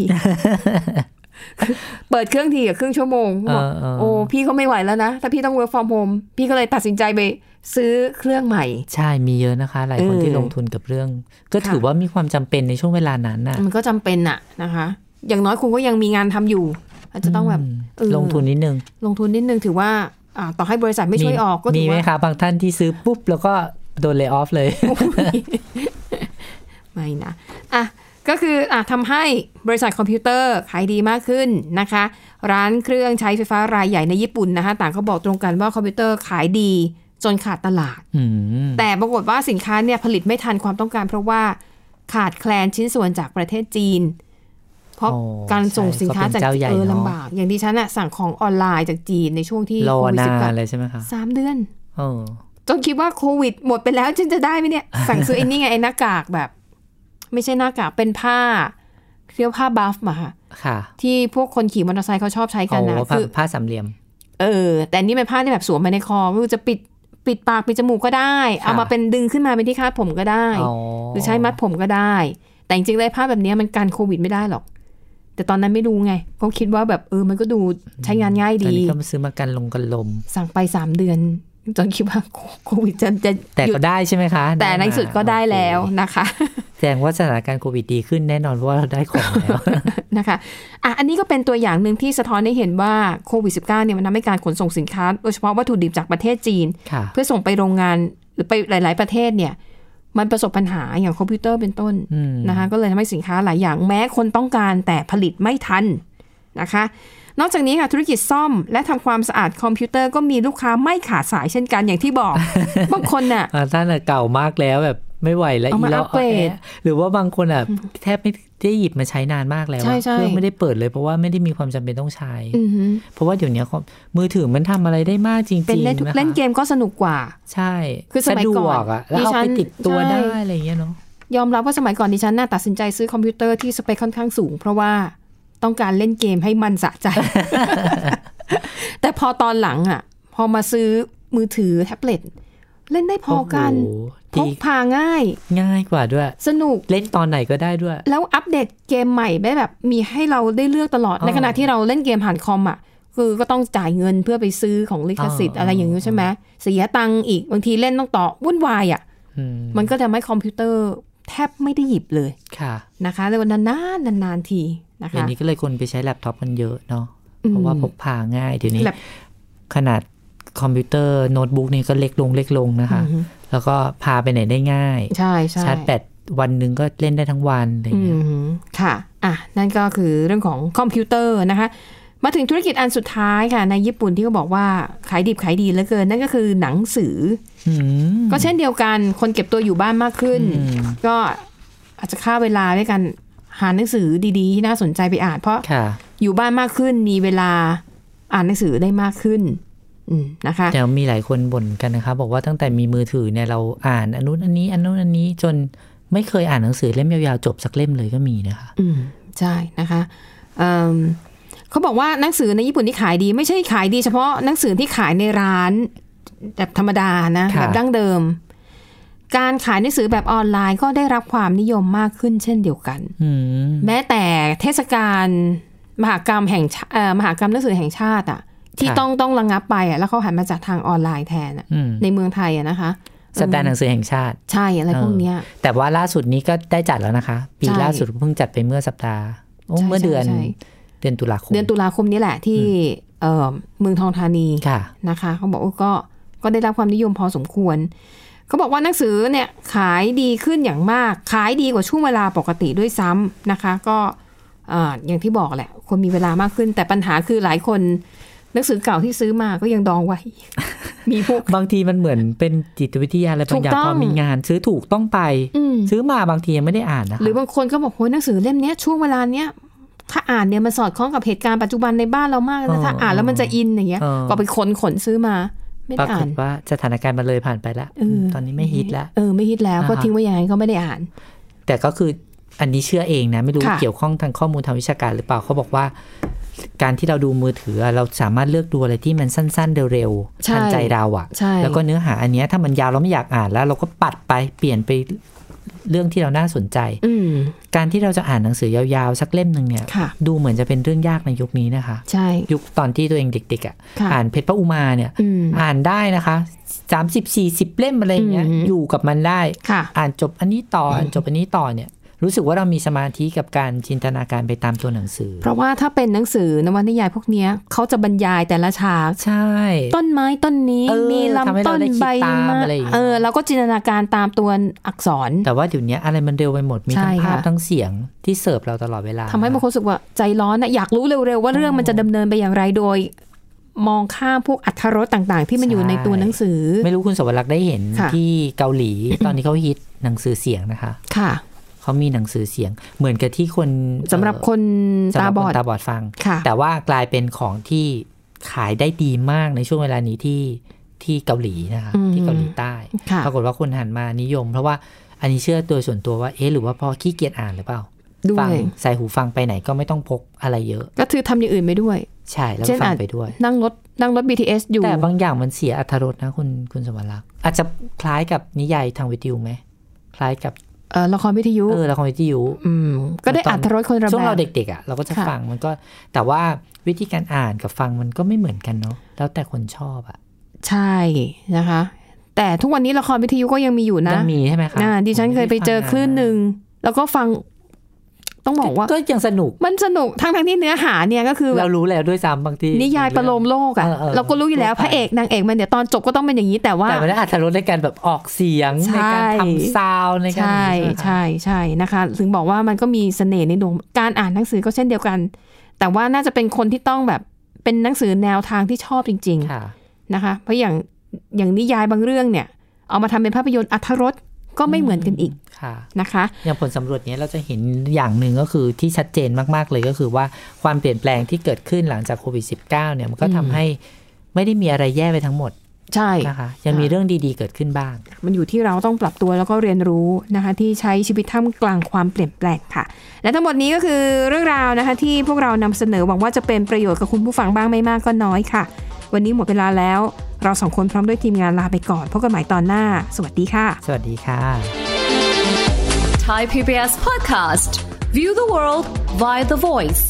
S2: เปิดเครื่องทีกับครึ่งชั่วโมงเขาบ
S3: เอ
S2: อก
S3: อเออ
S2: โอ้พี่เขาไม่ไหวแล้วนะถ้าพี่ต้อง work from home พี่ก็เลยตัดสินใจไปซื้อเครื่องใหม่
S3: ใช่มีเยอะนะคะ หลายคน
S2: เออ
S3: ที่ลงทุนกับเรื่อง ก็
S2: ค่ะ
S3: ถือว่ามีความจำเป็นในช่วงเวลานั้นน่ะ
S2: มันก็จำเป็นอะนะคะ อย่างน้อยคุณก็ยังมีงานทำอยู่ อาจจะต้องแบบ
S3: ม
S2: เออ
S3: ลงทุนนิดนึง
S2: ลงทุนนิดนึงถือว่าอ่าต่อให้บริษัทไม่ช่วยออกก็
S3: มี
S2: ถือ
S3: ไหม
S2: ว่า
S3: คะบางท่านที่ซื้อปุ๊บแล้วก็โดนเล y o ออฟเลย
S2: โอ้ย ไม่นะอ่ะก็คืออ่ะทำให้บริษัทคอมพิวเตอร์ขายดีมากขึ้นนะคะ ร้านเครื่องใช้ไฟฟ้ารายใหญ่ในญี่ปุ่นนะคะต่างเขาบอกตรงกันว่าคอมพิวเตอร์ขายดีจนขาดตลาด
S3: อืม
S2: แต่ปรากฏว่าสินค้าเนี่ยผลิตไม่ทันความต้องการ เพราะว่าขาดแคลนชิ้นส่วนจากประเทศจีน เพราะ
S3: โอ้
S2: การส่ง
S3: ใช่
S2: สินค้าจาก
S3: เจ้าใหญ่
S2: เออ
S3: เนอะ
S2: ลำบาก อย่างที่ฉันอะสั่งของออนไลน์จากจีนในช่วงที่
S3: รอ
S2: โควิด
S3: นา
S2: สิบเก้าน
S3: เลยใช่ไหมคะ
S2: สามเดือน
S3: เออ
S2: จนคิดว่าโควิดหมดไปแล้วฉันจะได้ไหมเนี่ย สั่งซื้อไอ้นี่ไงไอ้หน้ากากแบบ ไม่ใช่หน้ากากเป็นผ้าเรียกว่าผ้าบัฟมาค่ะ
S3: ค่ะ
S2: ที่พวกคนขี่มอเตอร์ไซค์เขาชอบใช้กันนะ
S3: โอ้ผ้า
S2: คือ
S3: ผ้าสามเหลี่ยม
S2: เออ แต่อันนี่เป็นผ้าที่แบบสวมไปในคอไม่ว่าจะปิดปิดปากปิดจมูกก็ได้
S3: ค่ะ
S2: เอามาเป็นดึงขึ้นมาเป็นที่คาดผมก็ได้
S3: อ๋อ
S2: หรือใช้มัดผมก็ได้ แต่จริงๆเลยผ้าแบบเนี้ยมันกันโควิดไม่ได้หรอก แต่ตอนนั้นไม่รู้ไงเขาคิดว่าแบบเออมันก็ดูใช้งานง่าย
S3: ตอน
S2: ดี
S3: นี้ก็ซื้อมากันลงกันลม
S2: สั่งไปสามเดือน จนคิดว่าโควิดจะจะ
S3: แต่
S2: หยุ
S3: ก็
S2: ด
S3: ได้ใช่ไหมคะ
S2: แต่ใน
S3: มา
S2: สุดก็ได้
S3: โอเค
S2: แล้วนะคะ
S3: แสดงว่าสถานการณ์โควิดดีขึ้นแน่นอนเพราะว่าเราได้ของแล้ว
S2: นะคะอ่ะอันนี้ก็เป็นตัวอย่างหนึ่งที่สะท้อนให้เห็นว่าโควิด -19 เนี่ยมันทำให้การขนส่งสินค้าโดยเฉพาะวัตถุดิบจากประเทศจีน
S3: ค่ะ
S2: เพื่อส่งไปโรงงานหรือไปหลาย ๆ ประเทศเนี่ย มันประสบปัญหาอย่างคอมพิวเตอร์เป็นต้น
S3: อืม
S2: นะคะก็เลยทำให้สินค้าหลายอย่างแม้คนต้องการแต่ผลิตไม่ทันนะคะ นอกจากนี้ค่ะธุรกิจซ่อมและทำความสะอาดคอมพิวเตอร์ก็มีลูกค้าไม่ขาดสายเช่นกันอย่างที่บ อก บางคนน่ะ
S3: อ่าท่านอะเก่ามากแล้วแบบไม่ไหวแล้ว
S2: เอามา
S3: อีล้
S2: อัปเกรด
S3: แะหรือว่าบางคนอ่ะแทบไม่ได้หยิบมาใช้นานมากแล้วอะ
S2: ใช่ใช่
S3: เครื่องไม่ได้เปิดเลยเพราะว่าไม่ได้มีความจำเป็นต้องใช้
S2: อือหือ
S3: เพราะว่าเดี๋ยวนี้คอมมือถือมันทำอะไรได้มากจริงๆ
S2: เป็นเล่นทุก
S3: ะคะ
S2: เล่นเกมก็สนุกกว่า
S3: ใช่
S2: คือสมัยก่อน
S3: สะดวอะแล้ว
S2: ดิ
S3: เอา
S2: ฉัน
S3: ไปติดตัว
S2: ใช่
S3: ได้อะไรอย่างเงี้ยเนาะ
S2: ยอมรับว่าสมัยก่อนดิฉันน่าตัดสินใจซื้อคอมพิวเตอร์ที่สเปคค่อนข้างสูง เพราะว่าต้องการเล่นเกมให้มันสะใจ แต่พอตอนหลังอ่ะ พอมาซื้อมือถือแท็บเล็ตเล่นได้พอกัน
S3: โโห
S2: พ
S3: ดี
S2: กพาง่าย
S3: ง่ายกว่าด้วย
S2: สนุก
S3: เล่นตอนไหนก็ได้ด้วย
S2: แล้วอัปเดตเกมใหม่ได้แบบ มีให้เราได้เลือกตลอด
S3: อ๋อ
S2: ในขณะที่เราเล่นเกมผ่านคอมอ่ะ คือก็ต้องจ่ายเงินเพื่อไปซื้อของลิขสิทธิ์
S3: อ๋ออ
S2: อะไรอย่างงี้ใช่ไหมเสียตังค์อีกบางทีเล่นต้องต่อวุ่นวายอ่ะ
S3: อืม
S2: มันก็จะไม่คอมพิวเตอร์แทบไม่ได้หยิบเลย
S3: ค่ะ
S2: นะคะในวันนานๆนานๆทีนะ
S3: เดี๋ย
S2: คะ
S3: วนี้ก็เลยคนไปใช้แล็ปท็อปกันเยอะเนาะ
S2: อืม
S3: เพราะว่าพกพาง่ายเดี๋ยวนี้
S2: แล็ป
S3: ขนาดคอมพิวเตอร์โน้ตบุ๊กนี่ก็เล็กลงเล็กลงนะคะ แล้วก็พาไปไหนได้ง่าย
S2: ใช่ใช่
S3: ชาร์จแบตวันหนึ่งก็เล่นได้ทั้งวันอะไร
S2: อื
S3: เงี้ย
S2: มค่ะอ่ะ นั่นก็คือเรื่องของคอมพิวเตอร์นะคะ มาถึงธุรกิจอันสุดท้ายค่ะ ในญี่ปุ่นที่เขาบอกว่า ขายดิบขายดีเหลือเกิน นั่นก็คือหนังสือ
S3: อืม
S2: อก็เช่นเดียวกันคนเก็บตัวอยู่บ้านมากขึ้น
S3: อืม
S2: ก็อาจจะฆ่าเวลาด้วยกันหาหนังสือดีๆที่น่าสนใจไปอ่านเพราะ
S3: ค่ะ
S2: อยู่บ้านมากขึ้นมีเวลาอ่านหนังสือได้มากขึ้น อืมนะคะ
S3: แต่มีหลายคนบ่นกันนะคะ บอกว่าตั้งแต่มีมือถือเนี่ยเราอ่านอันนู้นอันนี้อันนู้นอันนี้จนไม่เคยอ่านหนังสือเล่มยาวๆจบสักเล่มเลยก็มีนะคะ
S2: อืมใช่นะคะเอิ่มเขาบอกว่าหนังสือในญี่ปุ่นที่ขายดี ไม่ใช่ขายดีเฉพาะหนังสือที่ขายในร้านแบบธรรมดานะ
S3: ค่ะ
S2: แบบดั้งเดิม การขายหนังสือแบบออนไลน์ก็ได้รับความนิยมมากขึ้นเช่นเดียวกัน
S3: อืม
S2: แม้แต่เทศกาลมหากรรมแห่งชาเอ่อมหากรรมหนังสือแห่งชาติอะที่ต้องต้องระงงับไปอะแล้วเขาหันมาจากทางออนไลน์แทนอะ
S3: อืม
S2: ในเมืองไทยอะนะคะ
S3: สัปดาห์หนังสือแห่งชาติ
S2: ใช่อะไรพวกเนี้ย
S3: แต่ว่าล่าสุดนี้ก็ได้จัดแล้วนะคะ ปี
S2: ใช่
S3: ล่าสุดเพิ่งจัดไปเมื่อสัปดาห์โอ้
S2: ใช่
S3: เมื่อเดือน
S2: ใช่ใช่
S3: เดือนตุลาคม
S2: เดือนตุลาคมนี้แหละที่เอ่อเมืองทองธานี
S3: ค่ะ
S2: นะคะเขาบอกว่าก็ก็ได้รับความนิยมพอสมควร เขาบอกว่าหนังสือเนี่ยขายดีขึ้นอย่างมาก ขายดีกว่าช่วงเวลาปกติด้วยซ้ำนะคะ ก็อ่าอย่างที่บอกแหละ คนมีเวลามากขึ้น แต่ปัญหาคือหลายคนหนังสือเก่าที่ซื้อมาก็ยังดองไว้ มีพวก
S3: บางทีมันเหมือนเป็นจิตวิทยาอะไรบางอย่า
S2: ถูก
S3: ง
S2: ต้อง
S3: พอมีงาน ซื้อถูกต้องไป
S2: อืม
S3: ซื้อมาบางทียังไม่ได้อ่านนะคะ
S2: หรือบางคนก็บอกโหหนังสือเล่มเนี้ยช่วงเวลาเนี้ยถ้าอ่านเนี่ยมันสอดคล้องกับเหตุการณ์ปัจจุบันในบ้านเรามากนะถ้าอ่านแล้วมันจะอินอย่างเงี้ย ก็ไปขนขนซื้อมา ไม่
S3: ป
S2: ได้
S3: รา
S2: อ่าก น
S3: ฏว่าสถานการณ์มันเลยผ่านไปแล้ว
S2: เออ
S3: ตอนนี้ไม่ฮิตแล้ว
S2: เออไม่ฮิตแล้วก็
S3: อ่าฮะ
S2: ทิ้งไว้อย่างนั้นก็ไม่ได้อ่าน
S3: แต่ก็คืออันนี้เชื่อเองนะ ไม่รู้
S2: ค่ะ
S3: เกี่ยวข้องทางข้อมูลทางวิชาการหรือเปล่าเขาบอกว่า การที่เราดูมือถืออะเราสามารถเลือกดูอะไรที่มันสั้น ๆ เร็วๆทันใจเราอะ
S2: ใช่
S3: แล้วก็เนื้อหาอันเนี้ยถ้ามันยาวเราไม่อยากอ่านแล้ว เราก็ปัดไปเปลี่ยนไปเรื่องที่เราน่าสนใจ
S2: อืม
S3: การที่เราจะอ่านหนังสือยาวๆสักเล่มหนึ่งเนี่ย
S2: ค่ะ
S3: ดูเหมือนจะเป็นเรื่องยากในยุคนี้นะคะ
S2: ใช่
S3: ยุคตอนที่ตัวเองเด็กๆอ่ะ
S2: ค่ะ
S3: อ่านเพชรพระอุมาเนี่ย
S2: อืม
S3: อ่านได้นะคะสามสิบสี่สิบเล่มอะไรอย่างเงี้ย
S2: อืม
S3: อยู่กับมันได้
S2: ค่ะ
S3: อ่านจบอันนี้ต่ออ่านจบอันนี้ต่อเนี่ย รู้สึกว่าเรามีสมาธิกับการจินตนาการไปตามตัวหนังสือ
S2: เพราะว่าถ้าเป็นหนังสือนวนิยายพวกเนี้ยเขาจะบรรยายแต่ละฉาก
S3: ใช่
S2: ต้นไม้ต้นนี้
S3: เออ
S2: มี
S3: ทำให้
S2: ลำ
S3: เรา
S2: ต้น
S3: ได้คิด
S2: ใบ
S3: ตาม
S2: ไม้
S3: อะไรอย่างเงี้ย
S2: เออเราก็จินตนาการตามตัวอักษร
S3: แต่ว่าเดี๋ยวนี้อะไรมันเร็วไปหมดมีทั้ง
S2: ใช่ค่ะ
S3: ภาพทั้งเสียงที่เสิร์ฟเราตลอดเวลา
S2: ทำให้บางคนรู้สึกว่าใจร้อนนะอยากรู้เร็วๆว่าเรื่องมันจะดำเนินไปอย่างไรโดย มองข้ามพวกอัธรสต่างๆ ที่มันอยู่ในตัวหนังสือ
S3: ไม่รู้คุณสวรักษ์ได้เห็น
S2: ค่ะ
S3: ที่เกาหลี ตอนนี้เขาฮิตหนังสือเสียงนะคะ
S2: ค่ะ
S3: เขามีหนังสือเสียงเหมือนกับที่คน
S2: สำหรับ
S3: เอ่อ
S2: คน
S3: สำห
S2: ตา
S3: รับค
S2: อด
S3: นตาบอดฟัง
S2: ค่ะ
S3: แต่ว่ากลายเป็นของที่ขายได้ดีมากในช่วงเวลานี้ที่ที่เกาหลีนะคะที่เกาหลีใต้
S2: ค่ะ
S3: ปรากฏว่าคนหันมานิยม เพราะว่าอันนี้เชื่อตัวส่วนตัวว่าเอ๊ะหรือว่าพอขี้เกียจอ่านหรือเปล่า
S2: ด้ว
S3: ฟั
S2: ย
S3: ใส่หูฟังไปไหนก็ไม่ต้องพกอะไรเยอะ
S2: ก็คือทำอย่างอื่นไปด้วย
S3: ใช่แล้ว
S2: เช่น
S3: ก็ฟั
S2: อ่าง น
S3: ไปด้วย
S2: นั่งรถนั่งรถ BTS อยู่
S3: แต่บางอย่างมันเสียอรรถรสนะคุณคุณสมรักษ์อาจจะคล้ายกับนิยายทางวิทยุไหมคล้ายกับ
S2: เอ่อละครวิทยุ
S3: เออละครวิทยุ
S2: อืมก็ได้
S3: ต
S2: อัธรสคนระ
S3: ช่วง
S2: แบ
S3: เรา
S2: บ
S3: เด็กๆอ่ะเราก็จะ
S2: ค่ะ
S3: ฟังมันก็แต่ว่าวิธีการอ่านกับฟังมันก็ไม่เหมือนกันเนาะแล้วแต่คนชอบอ่ะ
S2: ใช่นะคะ แต่ทุกวันนี้ละครวิทยุก็ยังมีอยู่นะ
S3: ยังมีใช่ไหมคะ
S2: อ่าดิฉันเคยไปเจอคลื่นหนึ่ง แล้วก็ฟัง ต้องบอกว่า
S3: ก็ยังสนุก
S2: มันสนุกทั้งทั้งๆที่เนื้อหาเนี่ยก็คือแบ
S3: เรา
S2: บ
S3: รู้แล้วด้วยซ้ำบางที
S2: นิยายประโลมโลกอะ
S3: เออเออ
S2: เราก็รู้อยู่แล้ว
S3: ทั่วไป
S2: พระเอกนางเอกมันเดี๋ยวตอนจบก็ต้องเป็นอย่างนี้แต่ว่า
S3: แต่มันได้อัตรสในการแบบออกเสียง
S2: ใช่
S3: ในการทำซาวด์ในการ
S2: ใช่
S3: ไหมคะ
S2: ใช่ใช่นะคะ ถึงบอกว่ามันก็มีเสน่ห์ในดวงการอ่านหนังสือก็เช่นเดียวกัน แต่ว่าน่าจะเป็นคนที่ต้องแบบเป็นหนังสือแนวทางที่ชอบจริง ๆ
S3: ค่ะ
S2: นะคะ เพราะอย่างอย่างนิยายบางเรื่องเนี่ย เอามาทำเป็นภาพยนตร์อรรถรสก็ไม่เหมือนกันอีก
S3: ค่ะ
S2: นะคะ
S3: อย่างผลสำรวจเนี้ยเราจะเห็นอย่างหนึ่งก็คือที่ชัดเจนมาก ๆ เลยก็คือว่าความเปลี่ยนแปลงที่เกิดขึ้นหลังจากโควิด -19 เนี่ยมันก็ทำให้ไม่ได้มีอะไรแย่ไปทั้งหมด
S2: ใช่
S3: นะคะ ยังมีเรื่องดีๆเกิดขึ้นบ้าง
S2: มันอยู่ที่เราต้องปรับตัวแล้วก็เรียนรู้นะคะ ที่ใช้ชีวิตท่ามกลางความเปลี่ยนแปลงค่ะ และทั้งหมดนี้ก็คือเรื่องราวนะคะ ที่พวกเรานำเสนอหวังว่าจะเป็นประโยชน์กับคุณผู้ฟังบ้างไม่มากก็น้อยค่ะ วันนี้หมดเวลาแล้ว เราสองคนพร้อมด้วยทีมงานลาไปก่อนพบกันใหม่ตอนหน้า สวัสดีค่ะ
S3: สวัสดีค่ะ
S8: Thai PBS podcast. View the world via the voice.